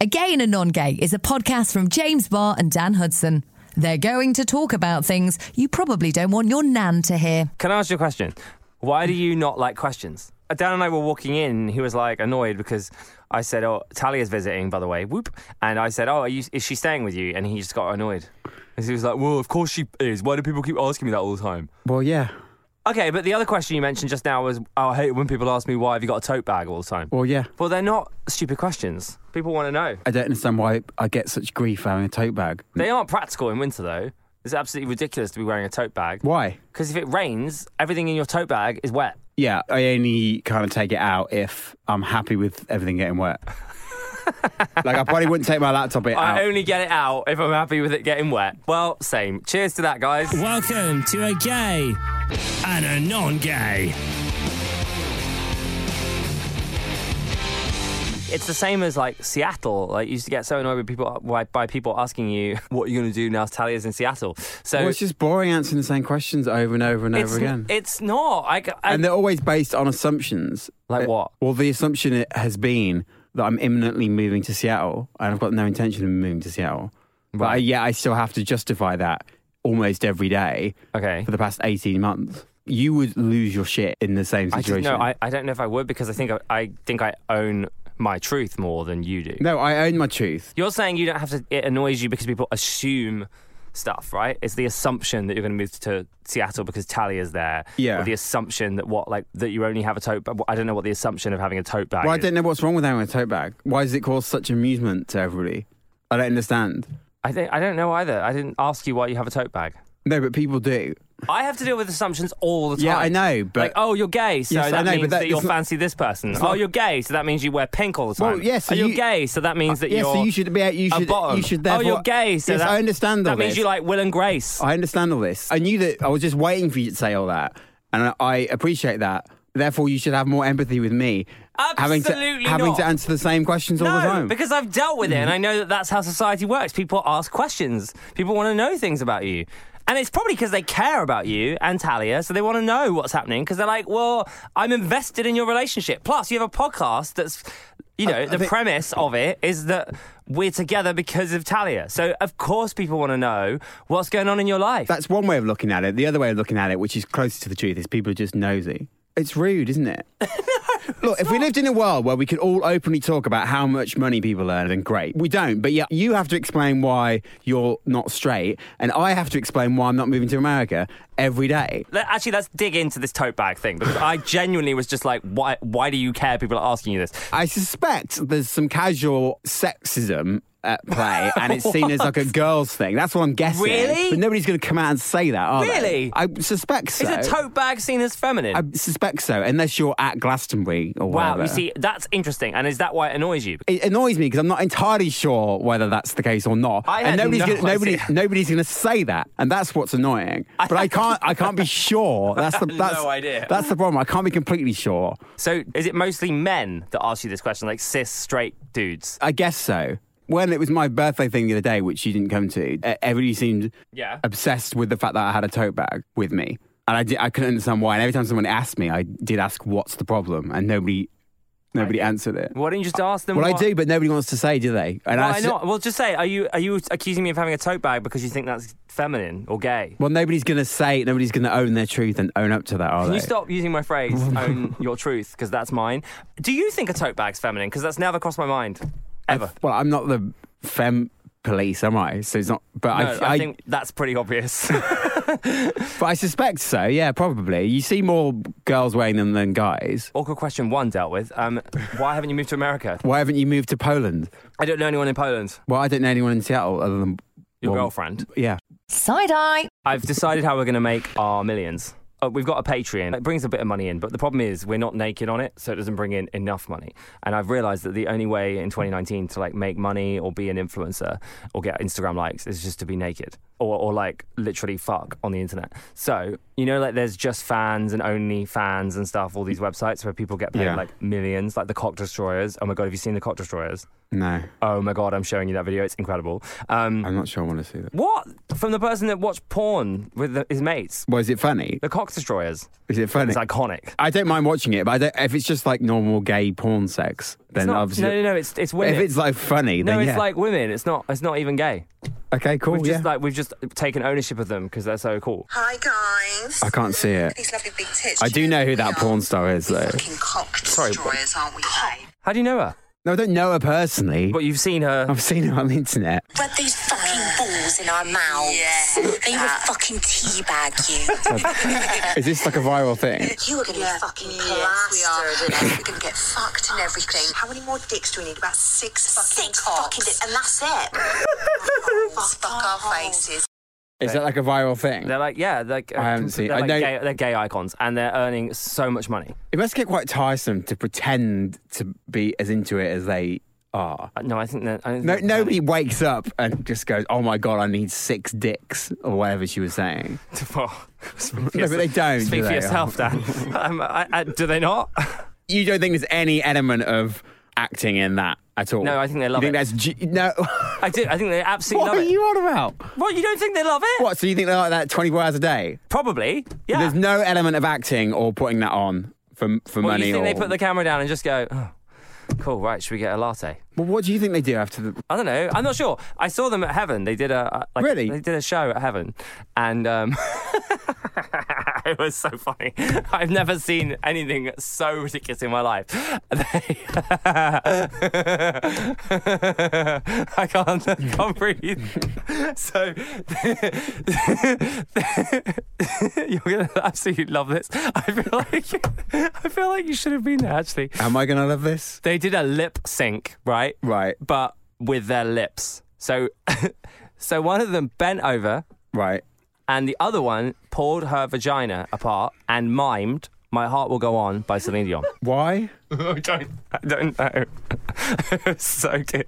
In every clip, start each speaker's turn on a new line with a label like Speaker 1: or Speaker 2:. Speaker 1: A Gay and a Non Gay is a podcast from James Barr and Dan Hudson. They're going to talk about things you probably don't want your nan to hear.
Speaker 2: Can I ask you a question? Why do you not like questions? Uh, Dan and I were walking in. He was like annoyed because I said, "Oh, Talia's visiting, by the way." Whoop! And I said, "Oh, are you, is she staying with you?" And he just got annoyed. And he was like, "Well, of course she is. Why do people keep asking me that all the time?"
Speaker 3: Well, yeah.
Speaker 2: Okay, but the other question you mentioned just now was, "Oh, I hate it when people ask me why have you got a tote bag all the time."
Speaker 3: Well, yeah.
Speaker 2: Well, they're not stupid questions. People want to know.
Speaker 3: I don't understand why I get such grief for having a tote bag.
Speaker 2: They aren't practical in winter though. It's absolutely ridiculous to be wearing a tote bag.
Speaker 3: Why?
Speaker 2: Because if it rains, everything in your tote bag is wet.
Speaker 3: Yeah, I only kind of take it out if I'm happy with everything getting wet. like I probably wouldn't take my laptop it out.
Speaker 2: I only get it out if I'm happy with it getting wet. Well, same. Cheers to that, guys.
Speaker 4: Welcome to a gay and a non gay.
Speaker 2: It's the same as like Seattle. Like you used to get so annoyed with people by, by people asking you what are you going to do now. Talia's in Seattle, so
Speaker 3: well, it's just boring answering the same questions over and over and
Speaker 2: it's
Speaker 3: over again.
Speaker 2: it's not. I, g- I-
Speaker 3: and they're always based on assumptions.
Speaker 2: Like
Speaker 3: Uh,
Speaker 2: what?
Speaker 3: Well, the assumption it has been that I'm imminently moving to Seattle, and I've got no intention of moving to Seattle. But I,
Speaker 2: Right.
Speaker 3: yeah, I still have to justify that almost every day
Speaker 2: okay.
Speaker 3: for the past 18 months. You would lose your shit in the same
Speaker 2: I just
Speaker 3: situation.
Speaker 2: no. I, I don't know if I would because I think I, I think I own my truth more than you do.
Speaker 3: No, I own my truth.
Speaker 2: You're saying you don't have to. It annoys you because people assume stuff, right? It's the assumption that you're going to move to Seattle because Talia's there.
Speaker 3: Yeah.
Speaker 2: Or the assumption that what like that you only have a tote. bag. I don't know what the assumption of having a tote bag.
Speaker 3: Well, I
Speaker 2: is.
Speaker 3: don't know what's wrong with having a tote bag. Why does it cause such amusement to everybody? I don't understand.
Speaker 2: I don't. I don't know either. I didn't ask you why you have a tote bag.
Speaker 3: No, but people do.
Speaker 2: I have to deal with assumptions all the time.
Speaker 3: Yeah, I know, but-
Speaker 2: like, oh, you're gay, so
Speaker 3: Yes, I
Speaker 2: that
Speaker 3: know, but
Speaker 2: means
Speaker 3: that-
Speaker 2: that, you'll
Speaker 3: it's not-
Speaker 2: fancy this person. Oh,
Speaker 3: not-
Speaker 2: you're gay, so that means you wear pink all the time.
Speaker 3: Well, yes, so
Speaker 2: oh, you're
Speaker 3: you-
Speaker 2: gay, so that means that
Speaker 3: yeah,
Speaker 2: you're
Speaker 3: so you should be. You
Speaker 2: a
Speaker 3: should.
Speaker 2: bottom.
Speaker 3: You should.
Speaker 2: oh,
Speaker 3: Therefore,
Speaker 2: you're gay, so
Speaker 3: yes,
Speaker 2: that,
Speaker 3: I understand all
Speaker 2: That means
Speaker 3: this.
Speaker 2: you like Will and Grace.
Speaker 3: I understand all this. I knew that. I was just waiting for you to say all that, and I, I appreciate that. Therefore, you should have more empathy with me. having
Speaker 2: Absolutely
Speaker 3: to, having
Speaker 2: not.
Speaker 3: to answer the same questions all the
Speaker 2: no,
Speaker 3: time.
Speaker 2: because I've dealt with it, and I know that that's how society works. People ask questions. People want to know things about you. And it's probably because they care about you and Talia, so they want to know what's happening. Because they're like, "Well, I'm invested in your relationship. Plus, you have a podcast that's, you
Speaker 3: Uh,
Speaker 2: know, the
Speaker 3: think-
Speaker 2: premise of it is that we're together because of Talia. So of course, people want to know what's going on in your life.
Speaker 3: That's one way of looking at it. The other way of looking at it, which is closer to the truth, is people are just nosy. It's rude, isn't it? Look, if we lived in a world where we could all openly talk about how much money people earn, then great. We don't, but yeah, you have to explain why you're not straight, and I have to explain why I'm not moving to America every day.
Speaker 2: Let- Actually, let's dig into this tote bag thing because I genuinely was just like, why? Why do you care? People are asking you this.
Speaker 3: I suspect there's some casual sexism at play, and it's seen as like a girls' thing. That's what I'm guessing.
Speaker 2: Really?
Speaker 3: But nobody's going to come out and say that, are they?
Speaker 2: Really?
Speaker 3: I suspect so.
Speaker 2: Is a tote bag seen as feminine?
Speaker 3: I suspect so, unless you're at Glastonbury or
Speaker 2: Wow,
Speaker 3: whatever.
Speaker 2: you see, that's interesting. And is that why it annoys you?
Speaker 3: It annoys me because I'm not entirely sure whether that's the case or not,
Speaker 2: I
Speaker 3: and
Speaker 2: had
Speaker 3: nobody's
Speaker 2: no
Speaker 3: gonna, nobody,
Speaker 2: idea.
Speaker 3: nobody's going to say that, and that's what's annoying. But I can't, I can't be sure. That's the
Speaker 2: No
Speaker 3: that's,
Speaker 2: idea.
Speaker 3: That's the problem. I can't be completely sure.
Speaker 2: So, is it mostly men that ask you this question, like cis straight dudes?
Speaker 3: I guess so. When it was my birthday thing the other day, which you didn't come to, e- everybody seemed
Speaker 2: Yeah.
Speaker 3: obsessed with the fact that I had a tote bag with me. And I, did, I couldn't understand why. And every time someone asked me, I did ask, what's the problem? And nobody nobody answered it.
Speaker 2: Why don't you just ask them?
Speaker 3: Well, I
Speaker 2: what-
Speaker 3: do, but nobody wants to say, do they? And
Speaker 2: Why
Speaker 3: s-
Speaker 2: not? Well, just say, are you are you accusing me of having a tote bag because you think that's feminine or gay?
Speaker 3: Well, nobody's going to say, nobody's going to own their truth and own up to that, are
Speaker 2: Can
Speaker 3: they?
Speaker 2: you stop using my phrase "own your truth" because that's mine? Do you think a tote bag's feminine? Because that's never crossed my mind ever.
Speaker 3: Well, I'm not the femme police, am I? So it's not, but
Speaker 2: No,
Speaker 3: I,
Speaker 2: I, think that's pretty obvious.
Speaker 3: but I suspect so. Yeah, probably. You see more girls wearing them than guys.
Speaker 2: Awkward question one dealt with. Um, why haven't you moved to America?
Speaker 3: Why haven't you moved to Poland?
Speaker 2: I don't know anyone in Poland.
Speaker 3: Well, I don't know anyone in Seattle other than
Speaker 2: Your
Speaker 3: well,
Speaker 2: girlfriend.
Speaker 3: Yeah.
Speaker 1: Side eye.
Speaker 2: I've decided how we're going to make our millions. Uh, we've got a Patreon. It brings a bit of money in, but the problem is we're not naked on it, so it doesn't bring in enough money. And I've realised that the only way in 2019 to like make money or be an influencer or get Instagram likes is just to be naked or, or like literally fuck on the internet. So you know, like there's just fans and only fans and stuff. All these websites where people get paid
Speaker 3: Yeah.
Speaker 2: like millions, like the Cock Destroyers. Oh my god, have you seen the Cock Destroyers?
Speaker 3: No,
Speaker 2: Oh my god, I'm showing you that video. It's incredible. Um,
Speaker 3: I'm not sure I want to see that.
Speaker 2: what from the person that watched porn with the, his mates,
Speaker 3: Was it funny?
Speaker 2: the Cox Destroyers?
Speaker 3: Is it funny?
Speaker 2: It's iconic.
Speaker 3: I don't mind watching it, but I don't, if it's just like normal gay porn sex,
Speaker 2: It's
Speaker 3: then
Speaker 2: not-
Speaker 3: obviously.
Speaker 2: no, no, no. It's it's women.
Speaker 3: if it's like funny,
Speaker 2: no,
Speaker 3: then
Speaker 2: it's
Speaker 3: yeah.
Speaker 2: like women. It's not. It's not even gay.
Speaker 3: okay, cool.
Speaker 2: We've
Speaker 3: yeah,
Speaker 2: just like we've just taken ownership of them because they're so cool.
Speaker 5: Hi guys.
Speaker 3: I can't see it.
Speaker 5: These lovely big tits.
Speaker 3: I do
Speaker 5: you
Speaker 3: know who
Speaker 5: we
Speaker 3: that
Speaker 5: are?
Speaker 3: porn star is,
Speaker 5: We're
Speaker 3: though.
Speaker 5: Fucking cock
Speaker 2: Sorry, but-
Speaker 5: destroyers, aren't we? Hey?
Speaker 2: How do you know her?
Speaker 3: No, I don't know her personally.
Speaker 2: But you've seen her.
Speaker 3: I've seen her on the internet.
Speaker 6: Rub these fucking balls in our mouths.
Speaker 5: Yeah.
Speaker 6: They will fucking teabag you.
Speaker 3: Is this like a viral thing?
Speaker 6: you are gonna
Speaker 5: Yeah,
Speaker 6: be fucking
Speaker 5: yes, we are.
Speaker 6: plastered. and
Speaker 5: We're gonna get fucked and everything. How many more dicks do we need? About six fucking
Speaker 6: Six
Speaker 5: cocks.
Speaker 6: fucking dicks, and that's it.
Speaker 5: Fuck our faces.
Speaker 3: Is that like a viral thing?
Speaker 2: They're like yeah, they're like, uh,
Speaker 3: I haven't seen-
Speaker 2: They're,
Speaker 3: I
Speaker 2: like
Speaker 3: know-
Speaker 2: gay, they're gay icons and they're earning so much money.
Speaker 3: It must get quite tiresome to pretend to be as into it as they are.
Speaker 2: Uh, No, I think that. I don't
Speaker 3: No,
Speaker 2: think-
Speaker 3: nobody wakes up and just goes, "Oh my god, I need six dicks" or whatever she was saying.
Speaker 2: Well, speak for
Speaker 3: No, but they
Speaker 2: yourself-
Speaker 3: don't, do
Speaker 2: Speak for
Speaker 3: they?
Speaker 2: yourself, Dan. um, I, I, do they not?
Speaker 3: You don't think there's any element of acting in that at all?
Speaker 2: No, I think they love
Speaker 3: you
Speaker 2: it.
Speaker 3: think That's ge- no.
Speaker 2: I do. I think they absolutely
Speaker 3: what
Speaker 2: love
Speaker 3: are
Speaker 2: it.
Speaker 3: you on about?
Speaker 2: What you don't think they love it?
Speaker 3: What? So you think they like that 24 hours a day?
Speaker 2: Probably. Yeah.
Speaker 3: There's no element of acting or putting that on for for
Speaker 2: Well,
Speaker 3: money.
Speaker 2: you think
Speaker 3: or...
Speaker 2: they put the camera down and just go, oh, cool, right? Should we get a latte?
Speaker 3: Well, what do you think they do after the?
Speaker 2: I don't know. I'm not sure. I saw them at Heaven. They did a a- like,
Speaker 3: Really?
Speaker 2: They did a show at Heaven, and um, it was so funny. I've never seen anything so ridiculous in my life. They- I can't, can't breathe. So you're gonna absolutely love this. I feel like I feel like you should have been there actually.
Speaker 3: Am I gonna love this?
Speaker 2: They did a lip sync, right?
Speaker 3: Right,
Speaker 2: but with their lips. So, so one of them bent over,
Speaker 3: right.
Speaker 2: and the other one pulled her vagina apart and mimed "My Heart Will Go On" by Celine Dion.
Speaker 3: Why?
Speaker 2: I don't, I don't know. so good.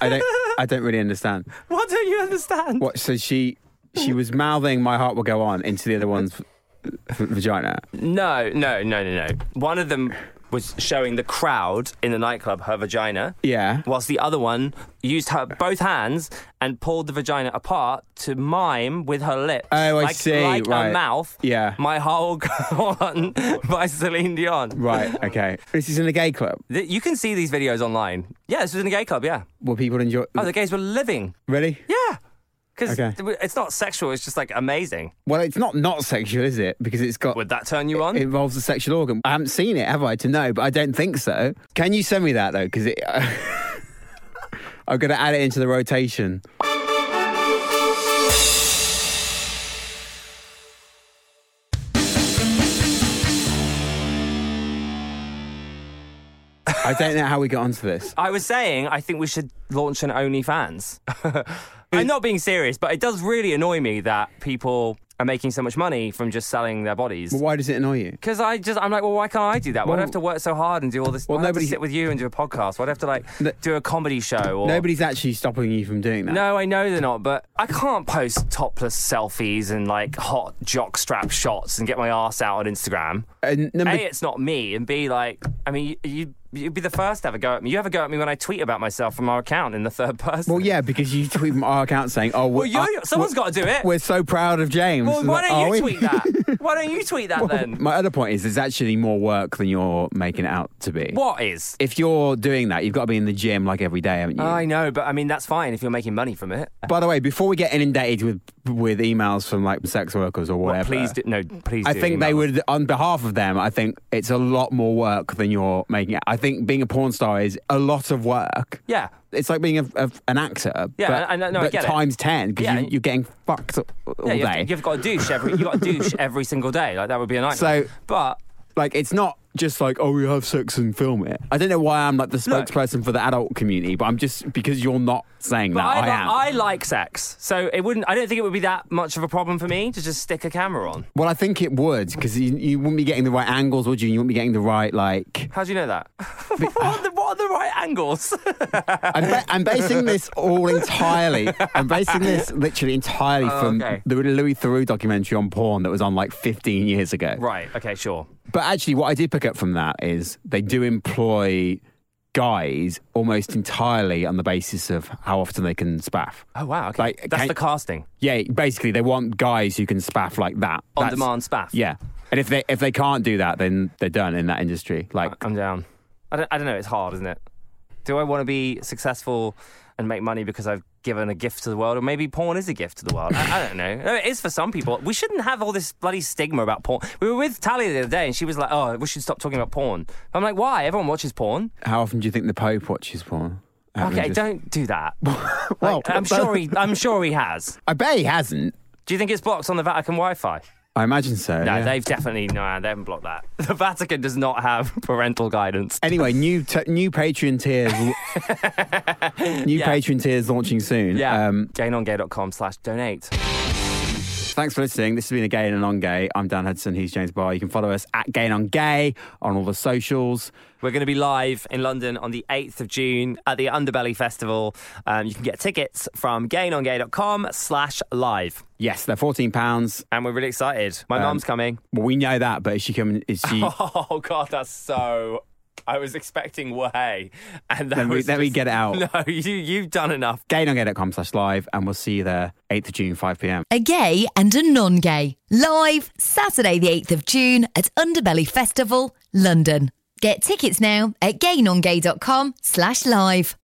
Speaker 3: I don't. I don't really understand.
Speaker 2: What don't you understand?
Speaker 3: What? So she she was mouthing "My heart will go on" into the other one's v- v- vagina.
Speaker 2: No, no, no, no, no. One of them was showing the crowd in the nightclub her vagina.
Speaker 3: Yeah.
Speaker 2: Whilst the other one used her both hands and pulled the vagina apart to mime with her lips.
Speaker 3: Oh, I
Speaker 2: like,
Speaker 3: see,
Speaker 2: Like her
Speaker 3: right.
Speaker 2: mouth.
Speaker 3: Yeah.
Speaker 2: My whole go on by Celine Dion.
Speaker 3: Right. Okay. This is in a gay club.
Speaker 2: Th- You can see these videos online. Yeah, this was in a gay club. Yeah.
Speaker 3: Will people enjoy?
Speaker 2: Oh, the gays were living.
Speaker 3: really?
Speaker 2: Yeah. Because
Speaker 3: Okay.
Speaker 2: it's not sexual. It's just like amazing.
Speaker 3: Well, it's not not sexual, is it? Because it's got.
Speaker 2: Would that turn you on?
Speaker 3: it involves the sexual organ. I haven't seen it, have I? To know, but I don't think so. Can you send me that though? Because it. I'm going to add it into the rotation. I don't know how we got onto this.
Speaker 2: I was saying, I think we should launch an OnlyFans. I'm not being serious, but it does really annoy me that people are making so much money from just selling their bodies.
Speaker 3: Why does it annoy you?
Speaker 2: Because I just, I'm like, well, why can't I do that? Why do I
Speaker 3: Well-
Speaker 2: have to work so hard and do all this? Well, why
Speaker 3: Well,
Speaker 2: do I have to
Speaker 3: nobody-
Speaker 2: sit with you and do a podcast? Why do I have to like
Speaker 3: No-
Speaker 2: do a comedy show? Or...
Speaker 3: Nobody's actually stopping you from doing that.
Speaker 2: No, I know they're not, but I can't post topless selfies and like hot jockstrap shots and get my ass out on Instagram.
Speaker 3: And number,
Speaker 2: A, it's not me, and B, like, I mean, you, you, you'd be the first to have a go at me. You have a go at me when I tweet about myself from our account in the third person.
Speaker 3: well, yeah, because you tweet from our account saying, "Oh,
Speaker 2: Well,
Speaker 3: we're,
Speaker 2: you, someone's got to do it.
Speaker 3: we're so proud of James."
Speaker 2: Well, why
Speaker 3: Like,
Speaker 2: don't
Speaker 3: are
Speaker 2: you
Speaker 3: we?
Speaker 2: tweet that? Why don't you tweet that then?
Speaker 3: My other point is, there's actually more work than you're making it out to be.
Speaker 2: What is?
Speaker 3: If you're doing that, you've got to be in the gym like every day, haven't you?
Speaker 2: I know, but I mean, that's fine if you're making money from it.
Speaker 3: By the way, before we get inundated with with emails from like sex workers or
Speaker 2: Well,
Speaker 3: whatever,
Speaker 2: please do. No, please
Speaker 3: I
Speaker 2: do
Speaker 3: think
Speaker 2: email
Speaker 3: they
Speaker 2: us.
Speaker 3: would, on behalf of them, I think it's a lot more work than you're making. it. I think being a porn star is a lot of work.
Speaker 2: Yeah.
Speaker 3: It's like being a, a, an actor,
Speaker 2: Yeah,
Speaker 3: but,
Speaker 2: I- I know- no, I
Speaker 3: but
Speaker 2: get it.
Speaker 3: times ten because
Speaker 2: Yeah.
Speaker 3: you, you're getting fucked all
Speaker 2: Yeah,
Speaker 3: day.
Speaker 2: you have, to, you've got a douche every. You got a douche every single day. Like that would be a nightmare.
Speaker 3: So-
Speaker 2: but
Speaker 3: like it's not just like oh we have sex and film it i don't know why i'm like the
Speaker 2: Look.
Speaker 3: spokesperson for the adult community but i'm just because you're not saying
Speaker 2: but
Speaker 3: that
Speaker 2: I,
Speaker 3: i,
Speaker 2: li-
Speaker 3: am
Speaker 2: I like sex, so it wouldn't. I don't think it would be that much of a problem for me to just stick a camera on.
Speaker 3: well i think it would because you, you wouldn't be getting the right angles would you you wouldn't be getting the right like
Speaker 2: How do you know that? what, are the, what are the right angles?
Speaker 3: I'm, ba- I'm basing this all entirely i'm basing this literally entirely from
Speaker 2: Oh, okay.
Speaker 3: the louis theroux documentary on porn that was on like 15 years ago
Speaker 2: right. Okay. Sure.
Speaker 3: But actually, what I did pick up from that is they do employ guys almost entirely on the basis of how often they can spaff.
Speaker 2: Oh wow, okay.
Speaker 3: Like,
Speaker 2: That's
Speaker 3: can-
Speaker 2: the casting.
Speaker 3: Yeah, basically they want guys who can spaff like that.
Speaker 2: On
Speaker 3: That's-
Speaker 2: demand spaff.
Speaker 3: Yeah. And if they if they can't do that, then they're done in that industry. Like
Speaker 2: I'm down. I don't, I don't know. It's hard, isn't it? Do I want to be successful and make money because I've given a gift to the world? Or maybe porn is a gift to the world. I, I don't know. No, It is for some people. We shouldn't have all this bloody stigma about porn. We were with Talia the other day and she was like, oh, we should stop talking about porn. I'm like, why? Everyone watches porn.
Speaker 3: how often do you think the Pope watches porn? Out of
Speaker 2: Okay,
Speaker 3: interest.
Speaker 2: don't do that. Like,
Speaker 3: Well,
Speaker 2: I'm sure he. I'm sure he has.
Speaker 3: I bet he hasn't.
Speaker 2: Do you think it's blocked on the Vatican Wi-Fi?
Speaker 3: I imagine so.
Speaker 2: No,
Speaker 3: yeah.
Speaker 2: they've definitely no. They haven't blocked that. The Vatican does not have parental guidance.
Speaker 3: Anyway, new t- new Patreon tiers, new Patreon tiers launching soon.
Speaker 2: Yeah.
Speaker 3: Um,
Speaker 2: GayNonGay.com slash donate.
Speaker 3: Thanks for listening. This has been a Gay and a Non-Gay. I'm Dan Hudson. He's James Barr. You can follow us at Gay and Non-Gay on all the socials.
Speaker 2: We're going to be live in London on the 8th of June at the Underbelly Festival. Um, you can get tickets from gaynongay.com slash live.
Speaker 3: Yes, they're fourteen pounds.
Speaker 2: And we're really excited. My mum's coming.
Speaker 3: Well, we know that, but is she coming? Is she?
Speaker 2: Um, Oh, God, that's so... I was expecting way. And that
Speaker 3: Let me-
Speaker 2: was
Speaker 3: let me
Speaker 2: just-
Speaker 3: get it out.
Speaker 2: No, you, you've done enough.
Speaker 3: gaynongay.com slash live, and we'll see you there 8th of June, 5 p.m.
Speaker 1: A gay and a non gay. Live Saturday, the 8th of June at Underbelly Festival, London. Get tickets now at gaynongay.com slash live.